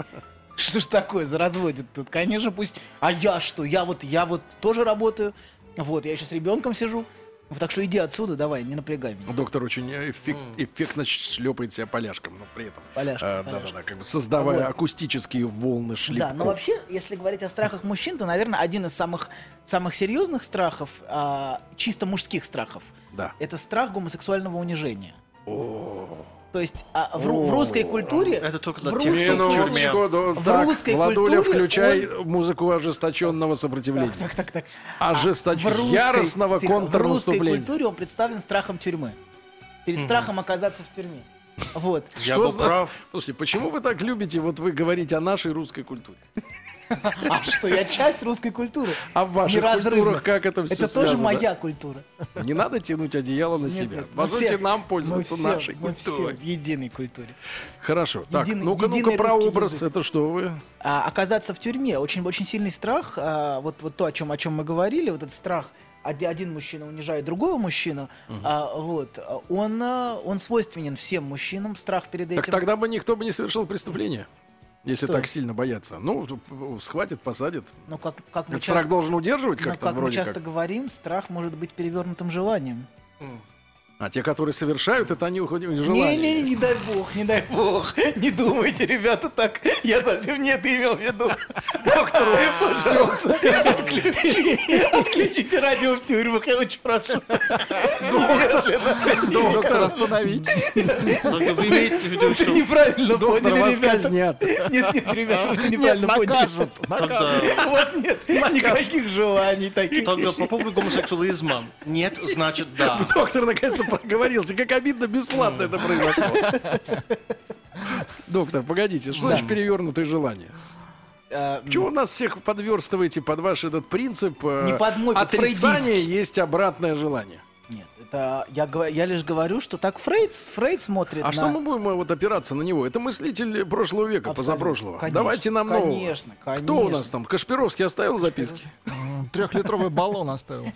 Speaker 7: Что ж такое за разводит тут? Конечно, пусть. А я что? Я вот, я вот тоже работаю. Вот, я еще с ребенком сижу. Вот Так что иди отсюда, давай, не напрягай меня.
Speaker 5: Доктор очень эффек- эффектно шлепает себя поляшком, но при этом.
Speaker 7: Поляшком,
Speaker 5: э,
Speaker 7: поляшком.
Speaker 5: Да-да-да, как бы создавая
Speaker 7: Вот.
Speaker 5: акустические волны шлепков.
Speaker 7: Да, но вообще, если говорить о страхах мужчин, то, наверное, один из самых, самых серьезных страхов, а, чисто мужских страхов,
Speaker 5: Да.
Speaker 7: это страх гомосексуального унижения.
Speaker 5: О.
Speaker 7: То есть а, в, ру- в русской культуре...
Speaker 6: Это только для
Speaker 7: в
Speaker 6: тех, кто
Speaker 7: русской
Speaker 6: в
Speaker 5: Минуточку,
Speaker 7: культуре-
Speaker 6: тюрьме.
Speaker 5: да,
Speaker 7: В
Speaker 5: так,
Speaker 7: русской
Speaker 5: Владуля,
Speaker 7: культуре
Speaker 5: включай музыку ожесточенного сопротивления.
Speaker 7: Так, так, так. А
Speaker 5: Ожесточ-
Speaker 7: в русской-
Speaker 5: А яростного
Speaker 7: тихо, В русской
Speaker 5: контрнаступления.
Speaker 7: культуре он представлен страхом тюрьмы. Перед страхом оказаться в тюрьме. Вот.
Speaker 5: [LAUGHS]
Speaker 6: Я
Speaker 5: Что
Speaker 6: был
Speaker 5: за-
Speaker 6: прав.
Speaker 5: Слушайте, почему вы так любите, вот вы говорите о нашей русской культуре?
Speaker 7: А что, я часть русской культуры.
Speaker 5: А в ваших
Speaker 7: Неразрывно.
Speaker 5: культурах как это все
Speaker 7: Это тоже моя культура.
Speaker 5: Не надо тянуть одеяло на
Speaker 7: Нет,
Speaker 5: себя.
Speaker 7: нет, мы
Speaker 5: Позвольте
Speaker 7: все-
Speaker 5: нам
Speaker 7: мы
Speaker 5: пользоваться
Speaker 7: все-
Speaker 5: нашей
Speaker 7: Мы все
Speaker 5: культурой.
Speaker 7: в единой культуре.
Speaker 5: Хорошо. Так,
Speaker 7: Единый-
Speaker 5: ну-ка, ну-ка,
Speaker 7: единый
Speaker 5: про
Speaker 7: русский
Speaker 5: образ.
Speaker 7: язык.
Speaker 5: Это что вы?
Speaker 7: А, оказаться в тюрьме очень очень сильный страх. а, вот вот то, о чем о чем мы говорили, вот этот страх. оди- Один мужчина унижает другого мужчину, а, вот а, он а, он свойственен всем мужчинам страх перед этим.
Speaker 5: Так тогда бы никто бы не совершил преступление. Если
Speaker 7: Что?
Speaker 5: так сильно боятся. Ну, схватят, посадят.
Speaker 7: Но как как мы
Speaker 5: Этот страх
Speaker 7: Ну, часто,
Speaker 5: должен удерживать
Speaker 7: но
Speaker 5: как-то
Speaker 7: как мы
Speaker 5: вроде
Speaker 7: часто
Speaker 5: как.
Speaker 7: говорим, страх может быть перевернутым желанием.
Speaker 5: А те, которые совершают, это они уходят из
Speaker 7: Не,
Speaker 5: желания.
Speaker 7: не, не, не дай бог, не дай бог, [LAUGHS] не думайте, ребята, так. Я совсем не это имел в виду. Доктор, пожалуйста, отключите, отключите радио в тюрьмах, я очень прошу.
Speaker 8: Доктор, остановитесь.
Speaker 6: Только вы имеете в виду,
Speaker 7: Вы все
Speaker 6: что
Speaker 7: неправильно
Speaker 5: Доктор,
Speaker 7: поняли,
Speaker 5: вас
Speaker 7: ребята.
Speaker 5: казнят.
Speaker 7: Нет, нет, ребята, вы все
Speaker 8: Нет,
Speaker 7: неправильно поняли.
Speaker 8: накажут. накажут.
Speaker 6: тогда...
Speaker 7: У вас [LAUGHS] нет никаких желаний таких.
Speaker 6: Тогда по поводу гомосексуализма нет, значит да.
Speaker 5: [LAUGHS]
Speaker 6: А
Speaker 5: Доктор наконец-то проговорился. Как обидно, бесплатно это произошло.
Speaker 7: [LAUGHS]
Speaker 5: Доктор, погодите, что значит перевернутое желание?
Speaker 7: А,
Speaker 5: Чего нас всех подверстываете под ваш этот принцип? э,
Speaker 7: Не под мой, под
Speaker 5: Отрицание
Speaker 7: фрейдистский.
Speaker 5: есть обратное желание.
Speaker 7: Нет, это я гов- я лишь говорю, что так Фрейд Фрейд смотрит
Speaker 5: А
Speaker 7: на...
Speaker 5: что мы будем э, вот опираться на него? Это мыслитель прошлого века,
Speaker 7: Абсолютно.
Speaker 5: позапрошлого.
Speaker 7: Конечно,
Speaker 5: Давайте нам нового.
Speaker 7: конечно,
Speaker 5: Кто у
Speaker 7: конечно.
Speaker 5: нас там? Кашпировский оставил записки?
Speaker 8: Трехлитровый баллон оставил.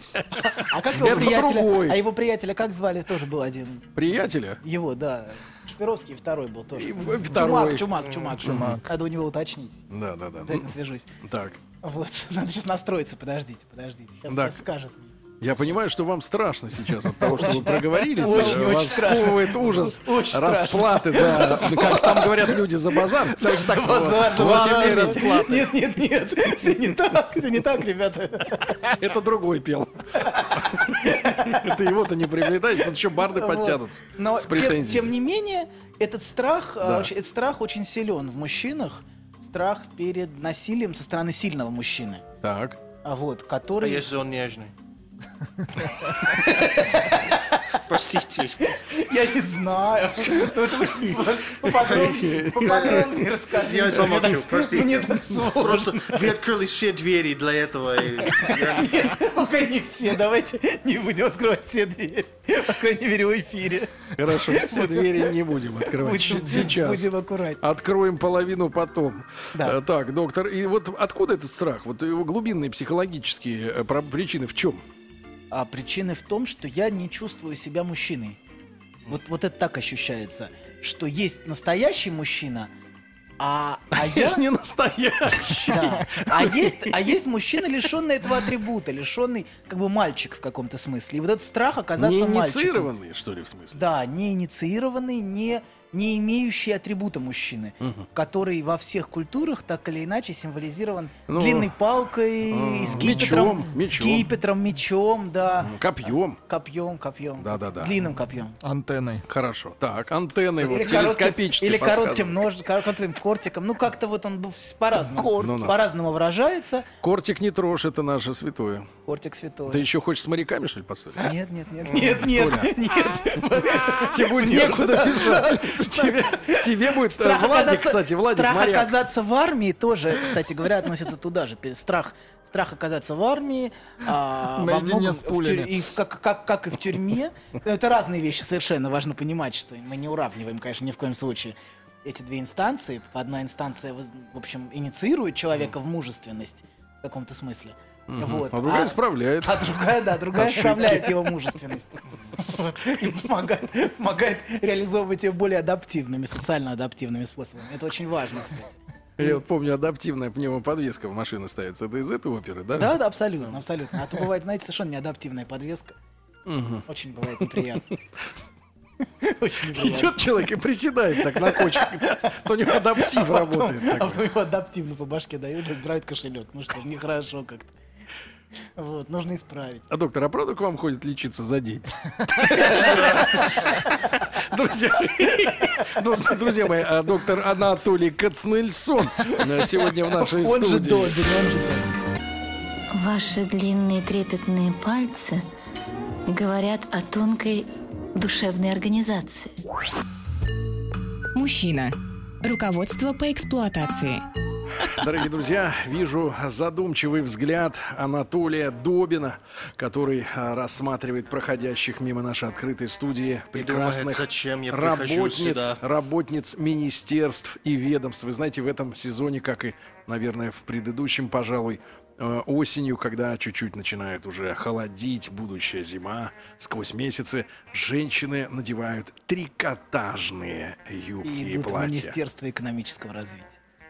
Speaker 7: А как его
Speaker 5: Это другой.
Speaker 7: приятеля? А его приятеля как звали? Тоже был один.
Speaker 5: Приятеля?
Speaker 7: Его, да. Шпировский второй был тоже.
Speaker 5: И в- второй.
Speaker 7: Чумак, чумак, чумак. чумак. Надо у него уточнить.
Speaker 5: Да, да, да.
Speaker 7: Обязательно свяжусь.
Speaker 5: Ну, Так.
Speaker 7: Вот, [LAUGHS] надо сейчас настроиться, подождите, подождите. Сейчас,
Speaker 5: Так.
Speaker 7: сейчас скажет
Speaker 5: [LAUGHS]
Speaker 7: мне.
Speaker 5: Я понимаю, что вам страшно сейчас от того, что вы проговорились.
Speaker 7: Очень,
Speaker 5: Э,
Speaker 7: очень
Speaker 5: Вас
Speaker 7: страшно.
Speaker 5: сковывает ужас
Speaker 7: Очень страшно.
Speaker 5: расплаты за, как там говорят люди, за базар.
Speaker 7: Так, базар,
Speaker 5: Вот,
Speaker 7: базар,
Speaker 5: теперь
Speaker 7: нет,
Speaker 5: расплата.
Speaker 7: Нет, нет, нет, все не так, все не так, ребята.
Speaker 5: Это другой пел. Это его-то не приобретаешь, тут еще барды подтянутся.
Speaker 7: Вот. Но
Speaker 5: с
Speaker 7: тем,
Speaker 5: претензиями.
Speaker 7: тем не менее, этот страх, э,
Speaker 5: Да.
Speaker 7: очень- этот страх очень силен в мужчинах. Страх перед насилием со стороны сильного мужчины.
Speaker 5: Так.
Speaker 7: А вот,
Speaker 6: А
Speaker 7: который...
Speaker 6: если он нежный? Простите.
Speaker 7: Я не знаю. Ну, это вы Поподробнее поподробнее расскажите.
Speaker 6: Я замолчу,
Speaker 7: Мне
Speaker 6: простите.
Speaker 7: так сложно.
Speaker 6: Просто вы открыли все двери для этого. и я-
Speaker 7: Пока не все. Давайте не будем открывать все двери. По крайней мере, в эфире.
Speaker 5: Хорошо, все двери не будем открывать.
Speaker 7: Будем-
Speaker 5: Сейчас.
Speaker 7: Будем аккуратнее.
Speaker 5: Откроем половину потом.
Speaker 7: Да.
Speaker 5: Э, Так, доктор, и вот откуда этот страх? Вот его глубинные психологические э, про- причины в чем?
Speaker 7: А причина в том, что я не чувствую себя мужчиной. Вот, вот это так ощущается, что есть настоящий мужчина, а, а я...
Speaker 5: [LAUGHS] Конечно, не настоящий.
Speaker 7: Да. А есть, а есть мужчина, лишенный этого атрибута, лишенный как бы мальчик в каком-то смысле. И вот этот страх оказаться
Speaker 5: Не
Speaker 7: мальчиком.
Speaker 5: инициированные, что ли, в смысле?
Speaker 7: Да, не инициированный, не, не имеющий атрибута мужчины, который во всех культурах так или иначе символизирован
Speaker 5: Ну,
Speaker 7: длинной палкой,
Speaker 5: м,
Speaker 7: скипетром,
Speaker 5: мечом, мечом. Ну,
Speaker 7: скипетром, мечом, да,
Speaker 5: М, Копьем.
Speaker 7: копьем, копьем,
Speaker 5: Да-да-да.
Speaker 7: длинным копьем.
Speaker 8: Антенной.
Speaker 5: Хорошо. Так, антенны вот
Speaker 7: коротким,
Speaker 5: телескопические.
Speaker 7: или коротким
Speaker 5: подсказывают.
Speaker 7: нож, кор- коротким кортиком. Ну, как-то вот он был с- по-разному.
Speaker 5: Корт. Ну, ну.
Speaker 7: По-разному выражается.
Speaker 5: Кортик не трожь, это наше святое.
Speaker 7: Кортик святой.
Speaker 5: Ты еще хочешь с моряками,
Speaker 7: [LAUGHS]
Speaker 5: что ли, поссорить? [LAUGHS]
Speaker 7: Нет, нет, нет, нет, нет, нет.
Speaker 5: Тебе будет некуда писать. Тебе, тебе будет... э,
Speaker 7: Страх
Speaker 5: Владик,
Speaker 7: оказаться-
Speaker 5: кстати, Владик,
Speaker 7: страх
Speaker 5: моряк.
Speaker 7: оказаться в армии тоже, кстати говоря, относится туда же. Пе- Страх, страх оказаться в армии, а, во
Speaker 8: Наедине
Speaker 7: многом
Speaker 8: с
Speaker 7: в
Speaker 8: пулями.
Speaker 7: и в- как, как, как и в тюрьме. Это разные вещи совершенно. Важно понимать, что мы не уравниваем, конечно, ни в коем случае эти две инстанции. Одна инстанция, воз- в общем, инициирует человека в мужественность в каком-то смысле. Вот.
Speaker 5: А другая
Speaker 7: А-
Speaker 5: справляет.
Speaker 7: а другая, да, другая отправляет его мужественность. И помогает, помогает реализовывать ее более адаптивными, социально адаптивными способами. Это очень важно, кстати.
Speaker 5: Я вот помню, адаптивная пневмоподвеска в машине ставится. Это из этой оперы, да?
Speaker 7: Да, да, абсолютно, абсолютно. А то бывает, знаете, совершенно неадаптивная подвеска. Очень бывает неприятно. Очень бывает.
Speaker 5: Идет человек и приседает так на кочках. [LAUGHS] У него адаптив работает.
Speaker 7: А
Speaker 5: такой.
Speaker 7: потом его адаптивно по башке дают, отбирают кошелек. Ну что, ж, нехорошо как-то. Вот, нужно исправить.
Speaker 5: А доктор, а правда к вам ходит лечиться за день? Друзья, ду- друзья мои, а доктор Анатолий Кацнельсон э, сегодня в нашей
Speaker 7: Он же
Speaker 5: студии.
Speaker 7: Добин, он же Добин.
Speaker 9: Ваши длинные трепетные пальцы говорят о тонкой душевной организации.
Speaker 4: Мужчина. Руководство по эксплуатации.
Speaker 5: Дорогие друзья, вижу задумчивый взгляд Анатолия Добина, который а, рассматривает проходящих мимо нашей открытой студии прекрасных
Speaker 6: думает, зачем я прихожу
Speaker 5: работниц,
Speaker 6: сюда?
Speaker 5: работниц министерств и ведомств. Вы знаете, в этом сезоне, как и, наверное, в предыдущем, пожалуй, э, осенью, когда чуть-чуть начинает уже холодить будущая зима, сквозь месяцы женщины надевают трикотажные юбки и,
Speaker 7: И идут в
Speaker 5: платья.
Speaker 7: Министерство экономического развития.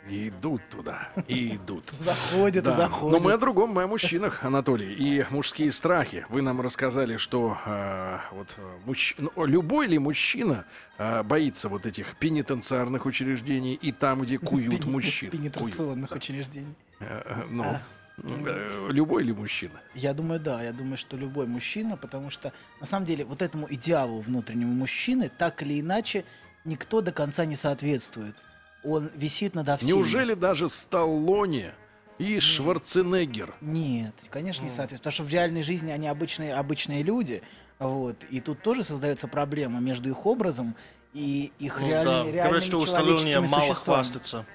Speaker 5: И идут туда, и идут.
Speaker 7: Заходят и
Speaker 5: Да.
Speaker 7: заходят.
Speaker 5: Но мы о другом, мы о мужчинах, Анатолий, и мужские страхи. Вы нам рассказали, что э, вот э, мужч- ну, любой ли мужчина э, боится вот этих пенитенциарных учреждений и там, где куют
Speaker 7: Пени-
Speaker 5: мужчин. Куют.
Speaker 7: Пенетрационных учреждений.
Speaker 5: Э, э, ну,
Speaker 7: А.
Speaker 5: э, любой ли мужчина?
Speaker 7: Я думаю, да. Я думаю, что любой мужчина, потому что на самом деле вот этому идеалу внутреннему мужчины так или иначе никто до конца не соответствует. Он висит надо всеми.
Speaker 5: Неужели даже Сталлоне и Шварценеггер?
Speaker 7: Нет, конечно, не соответствует. Потому что в реальной жизни они обычные, обычные люди. Вот. И тут тоже создается проблема между их образом и их
Speaker 6: Ну да.
Speaker 7: реальными,
Speaker 6: Говорят,
Speaker 7: реальными
Speaker 6: что у Сталлоне
Speaker 7: человеческими
Speaker 6: мало
Speaker 7: существами.
Speaker 6: хвастаться.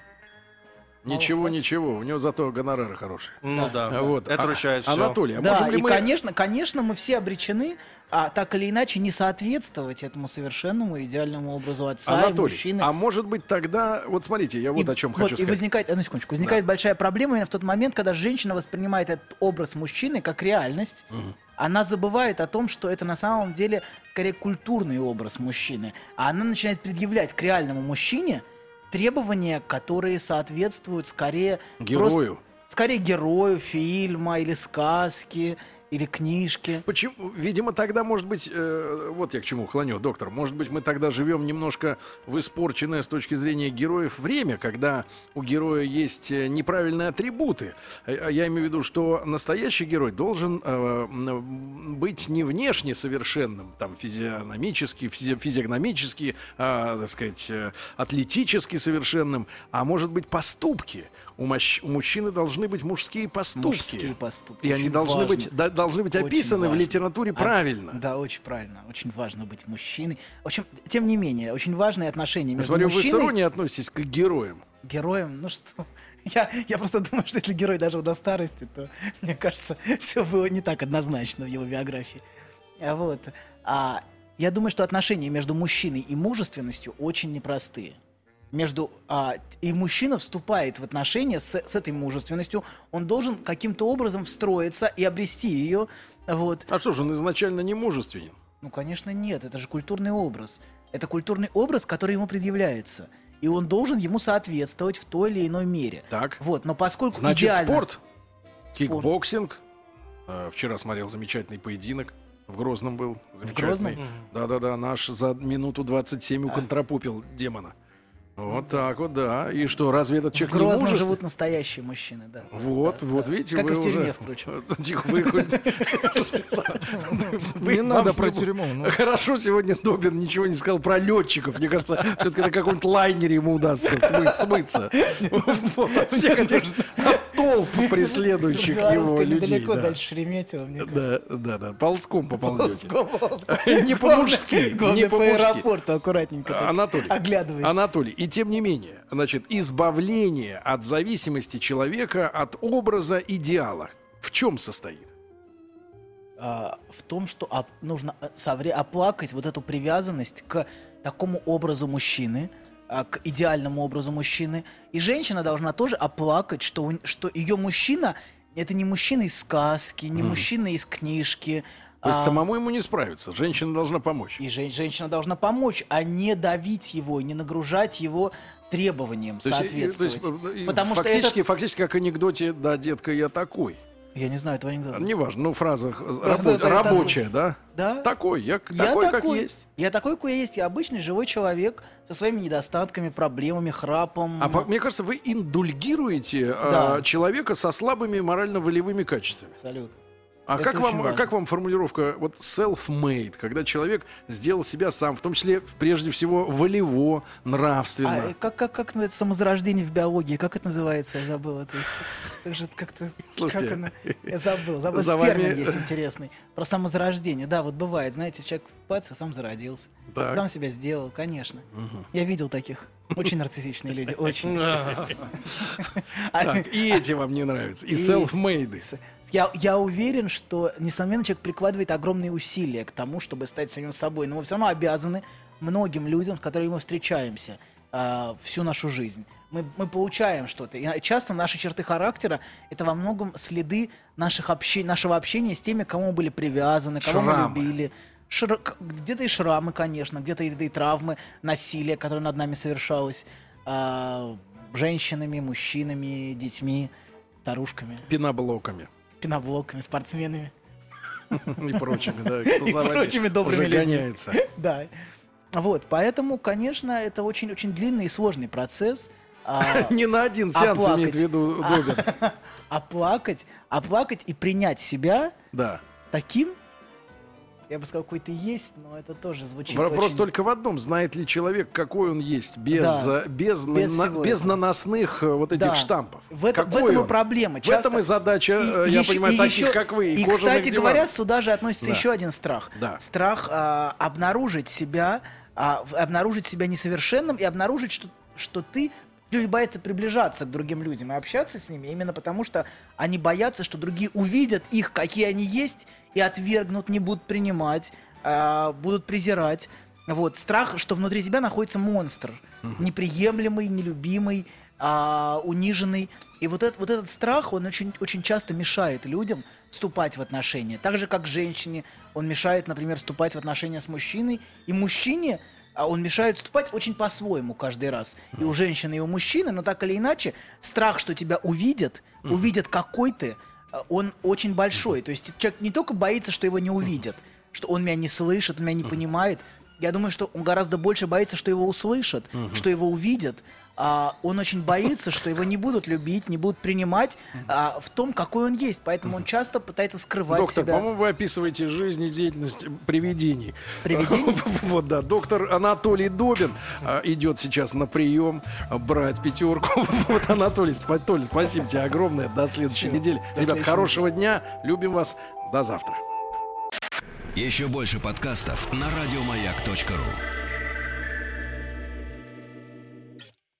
Speaker 5: Ничего, ничего, у него зато гонорары хорошие.
Speaker 6: Ну да.
Speaker 5: А Вот.
Speaker 6: Это
Speaker 5: А-
Speaker 6: решает все.
Speaker 5: Анатолий, а
Speaker 7: Да,
Speaker 5: можем ли
Speaker 7: и,
Speaker 5: мы...
Speaker 7: конечно, конечно, мы все обречены, а так или иначе, не соответствовать этому совершенному идеальному образу отца и
Speaker 5: Анатолий,
Speaker 7: мужчины.
Speaker 5: а может быть тогда, вот смотрите, я вот
Speaker 7: И
Speaker 5: о чем хочу
Speaker 7: и
Speaker 5: сказать.
Speaker 7: возникает, одну секундочку, возникает большая проблема именно в тот момент, когда женщина воспринимает этот образ мужчины как реальность. Она забывает о том, что это на самом деле скорее культурный образ мужчины. А она начинает предъявлять к реальному мужчине требования, которые соответствуют скорее...
Speaker 5: Герою.
Speaker 7: просто- скорее герою фильма или сказки или книжки.
Speaker 5: Почему? Видимо, тогда, может быть, э, вот я к чему клоню, доктор. Может быть, мы тогда живем немножко в испорченное с точки зрения героев время, когда у героя есть э, неправильные атрибуты. Э, Я имею в виду, что настоящий герой должен э, м, быть не внешне совершенным, там физиономически, физи- физиогномически, а, так сказать, э, атлетически совершенным, а может быть поступки. У, мощ- у мужчины должны быть мужские поступки.
Speaker 7: Мужские поступки.
Speaker 5: И они
Speaker 7: Очень
Speaker 5: должны
Speaker 7: важно.
Speaker 5: быть, да, должны быть
Speaker 7: Очень
Speaker 5: описаны в
Speaker 7: важно.
Speaker 5: литературе
Speaker 7: А,
Speaker 5: правильно.
Speaker 7: Да, очень правильно. Очень важно быть мужчиной. В общем, тем не менее, очень важные отношения
Speaker 5: Я
Speaker 7: между
Speaker 5: смотрю, вы с
Speaker 7: мужчиной
Speaker 5: иронией относитесь к героям.
Speaker 7: героем. Ну что, [LAUGHS] я, я просто думаю, что если герой дожил до старости, то, мне кажется, [LAUGHS] все было не так однозначно в его биографии. А Вот. А я думаю, что отношения между мужчиной и мужественностью очень непростые. Между а, и мужчина вступает в отношения с, с этой мужественностью, он должен каким-то образом встроиться и обрести ее. Вот.
Speaker 5: А что же, он изначально не мужественен?
Speaker 7: Ну, конечно, нет. Это же культурный образ. Это культурный образ, который ему предъявляется. И он должен ему соответствовать в той или иной мере.
Speaker 5: Так.
Speaker 7: Вот, но поскольку
Speaker 5: Значит,
Speaker 7: идеально-
Speaker 5: спорт, кикбоксинг. Э, вчера смотрел замечательный поединок. В Грозном был. Замечательный.
Speaker 7: Грозном?
Speaker 5: Да-да-да, наш за минуту 27 уконтропупил демона. Вот так вот, да. И что, разве этот человек не
Speaker 7: Грозно
Speaker 5: мужествен?
Speaker 7: живут настоящие мужчины, да.
Speaker 5: Вот,
Speaker 7: Да,
Speaker 5: вот,
Speaker 7: да.
Speaker 5: видите,
Speaker 7: Как
Speaker 5: вы
Speaker 7: и в тюрьме,
Speaker 5: уже-
Speaker 7: впрочем.
Speaker 5: Тихо, вы хоть- [LAUGHS] Слушайте, Сара, вы-
Speaker 8: Не
Speaker 5: вам
Speaker 8: надо
Speaker 5: в
Speaker 8: про
Speaker 5: любом-
Speaker 8: тюрьму, ну.
Speaker 5: Хорошо, сегодня Добин ничего не сказал про летчиков. Мне кажется, все-таки на каком-нибудь лайнере ему удастся смыть- смыться. Вот, от всех этих от толп преследующих его людей.
Speaker 7: далеко
Speaker 5: да.
Speaker 7: дальше Шереметьево, мне
Speaker 5: Да, да, да. Ползком поползете.
Speaker 7: кажется.
Speaker 5: [LAUGHS] Не по-мужски. Не
Speaker 7: Главное, по
Speaker 5: по-мужски.
Speaker 7: аэропорту аккуратненько. так,
Speaker 5: Анатолий,
Speaker 7: Оглядываясь.
Speaker 5: Анатолий, и тем не менее, значит, избавление от зависимости человека от образа идеала в чем состоит?
Speaker 7: а, в том, что оп- нужно а, совре- оплакать вот эту привязанность к такому образу мужчины, а, к идеальному образу мужчины. И женщина должна тоже оплакать, что, у н- что ее мужчина это не мужчина из сказки, не мужчина из книжки.
Speaker 5: То есть
Speaker 7: а,
Speaker 5: самому ему не справиться, женщина должна помочь.
Speaker 7: И жен- женщина должна помочь, а не давить его, не нагружать его требованиям
Speaker 5: То есть, э, то
Speaker 7: соответствовать.
Speaker 5: есть, э, э,
Speaker 7: Потому что
Speaker 5: фактически,
Speaker 7: этот-
Speaker 5: фактически, как анекдоте, да, детка, я такой.
Speaker 7: Я не знаю этого анекдота.
Speaker 5: Неважно, ну, фраза х-
Speaker 7: да,
Speaker 5: рабо-
Speaker 7: да,
Speaker 5: рабочая, да?
Speaker 7: Да?
Speaker 5: Такой, я к- такой, как есть.
Speaker 7: Я такой, какой я есть. Я обычный живой человек со своими недостатками, проблемами, храпом.
Speaker 5: А по- мне кажется, вы индульгируете э,
Speaker 7: Да.
Speaker 5: человека со слабыми морально-волевыми качествами.
Speaker 7: Абсолютно.
Speaker 5: А
Speaker 7: Это
Speaker 5: как
Speaker 7: очень
Speaker 5: вам, а
Speaker 7: важно.
Speaker 5: как вам формулировка вот self-made, когда человек сделал себя сам, в том числе, прежде всего, волево,
Speaker 7: А, э,
Speaker 5: нравственно?
Speaker 7: как, как, как ну, это самозарождение в биологии? Как это называется? Я забыл. То есть, как же это как-то...
Speaker 5: Слушайте,
Speaker 7: как оно? Я забыл. забыл.
Speaker 5: за
Speaker 7: термин
Speaker 5: вами-
Speaker 7: есть интересный. Про самозарождение. Да, вот бывает. Знаете, человек в пальце сам зародился.
Speaker 5: Так.
Speaker 7: Сам себя сделал, конечно. Я видел таких. Очень
Speaker 5: [LAUGHS]
Speaker 7: нарциссичные люди. Очень.
Speaker 6: Да.
Speaker 7: А-
Speaker 5: Так, и эти вам не нравятся, и
Speaker 7: [LAUGHS] И-
Speaker 5: self-made.
Speaker 7: Я, я уверен, что, несомненно, человек прикладывает огромные усилия к тому, чтобы стать самим собой. Но мы все равно обязаны многим людям, с которыми мы встречаемся а, всю нашу жизнь. Мы, мы получаем что-то. И часто наши черты характера — это во многом следы наших общи- нашего общения с теми, к кому мы были привязаны, кого
Speaker 5: Шрамы.
Speaker 7: мы любили. Шра- к- Где-то и шрамы, конечно, где-то и, и травмы, насилие, которое над нами совершалось а, женщинами, мужчинами, детьми, старушками
Speaker 5: Пеноблоками
Speaker 7: пеноблоками, спортсменами.
Speaker 5: и прочими, да, кто
Speaker 7: И
Speaker 5: за вами
Speaker 7: прочими добрыми
Speaker 5: уже
Speaker 7: людьми.
Speaker 5: гоняется.
Speaker 7: Да. Вот, поэтому, конечно, это очень-очень длинный и сложный процесс.
Speaker 5: [LAUGHS]
Speaker 7: А,
Speaker 5: Не на один
Speaker 7: А
Speaker 5: сеанс
Speaker 7: плакать?
Speaker 5: имеет в виду
Speaker 7: а- [LAUGHS]
Speaker 5: Добин.
Speaker 7: оплакать, оплакать и принять себя
Speaker 5: Да.
Speaker 7: таким, я бы сказал, какой ты есть, но это тоже звучит
Speaker 5: Вопрос
Speaker 7: очень-
Speaker 5: только в одном. Знает ли человек, какой он есть, без,
Speaker 7: Да.
Speaker 5: э, без,
Speaker 7: Без
Speaker 5: на-
Speaker 7: всего
Speaker 5: без
Speaker 7: этого.
Speaker 5: наносных э, вот этих
Speaker 7: Да.
Speaker 5: штампов?
Speaker 7: В, это- в
Speaker 5: Какой
Speaker 7: этом
Speaker 5: он?
Speaker 7: и проблема.
Speaker 5: В этом и задача, э, я
Speaker 7: ещё-
Speaker 5: понимаю,
Speaker 7: и
Speaker 5: таких,
Speaker 7: ещё-
Speaker 5: как вы, и
Speaker 7: И,
Speaker 5: кожаных
Speaker 7: кстати
Speaker 5: диванов.
Speaker 7: говоря, сюда же относится
Speaker 5: Да.
Speaker 7: еще один страх.
Speaker 5: Да.
Speaker 7: Страх а, обнаружить себя, а, в- обнаружить себя несовершенным и обнаружить, что, что ты люди боятся приближаться к другим людям и общаться с ними именно потому, что они боятся, что другие увидят их, какие они есть, и отвергнут, не будут принимать, а, будут презирать. Вот страх, что внутри тебя находится монстр, неприемлемый, нелюбимый, а, униженный. И вот этот, вот этот страх, он очень, очень часто мешает людям вступать в отношения. Так же, как женщине, он мешает, например, вступать в отношения с мужчиной. И мужчине а, он мешает вступать очень по-своему каждый раз. И у женщины, и у мужчины, но так или иначе, страх, что тебя увидят, увидят какой ты, а, он очень большой. То есть человек не только боится, что его не увидят, что он меня не слышит, он меня не понимает. Я думаю, что он гораздо больше боится, что его услышат, что его увидят. А, он очень боится, что его не будут любить, не будут принимать а, в том, какой он есть. Поэтому он часто пытается скрывать
Speaker 5: Доктор,
Speaker 7: себя.
Speaker 5: по-моему, вы описываете жизнь и деятельность привидений.
Speaker 7: Привидений?
Speaker 5: [LAUGHS] Вот, да. Доктор Анатолий Добин а, идет сейчас на прием а, брать пятерку. [LAUGHS] Вот, Анатолий, спа- Толь, спасибо тебе огромное. До следующей недели. Ребят,
Speaker 7: следующей
Speaker 5: хорошего дня. Любим вас. До завтра.
Speaker 1: Еще больше подкастов на радиомаяк.ру.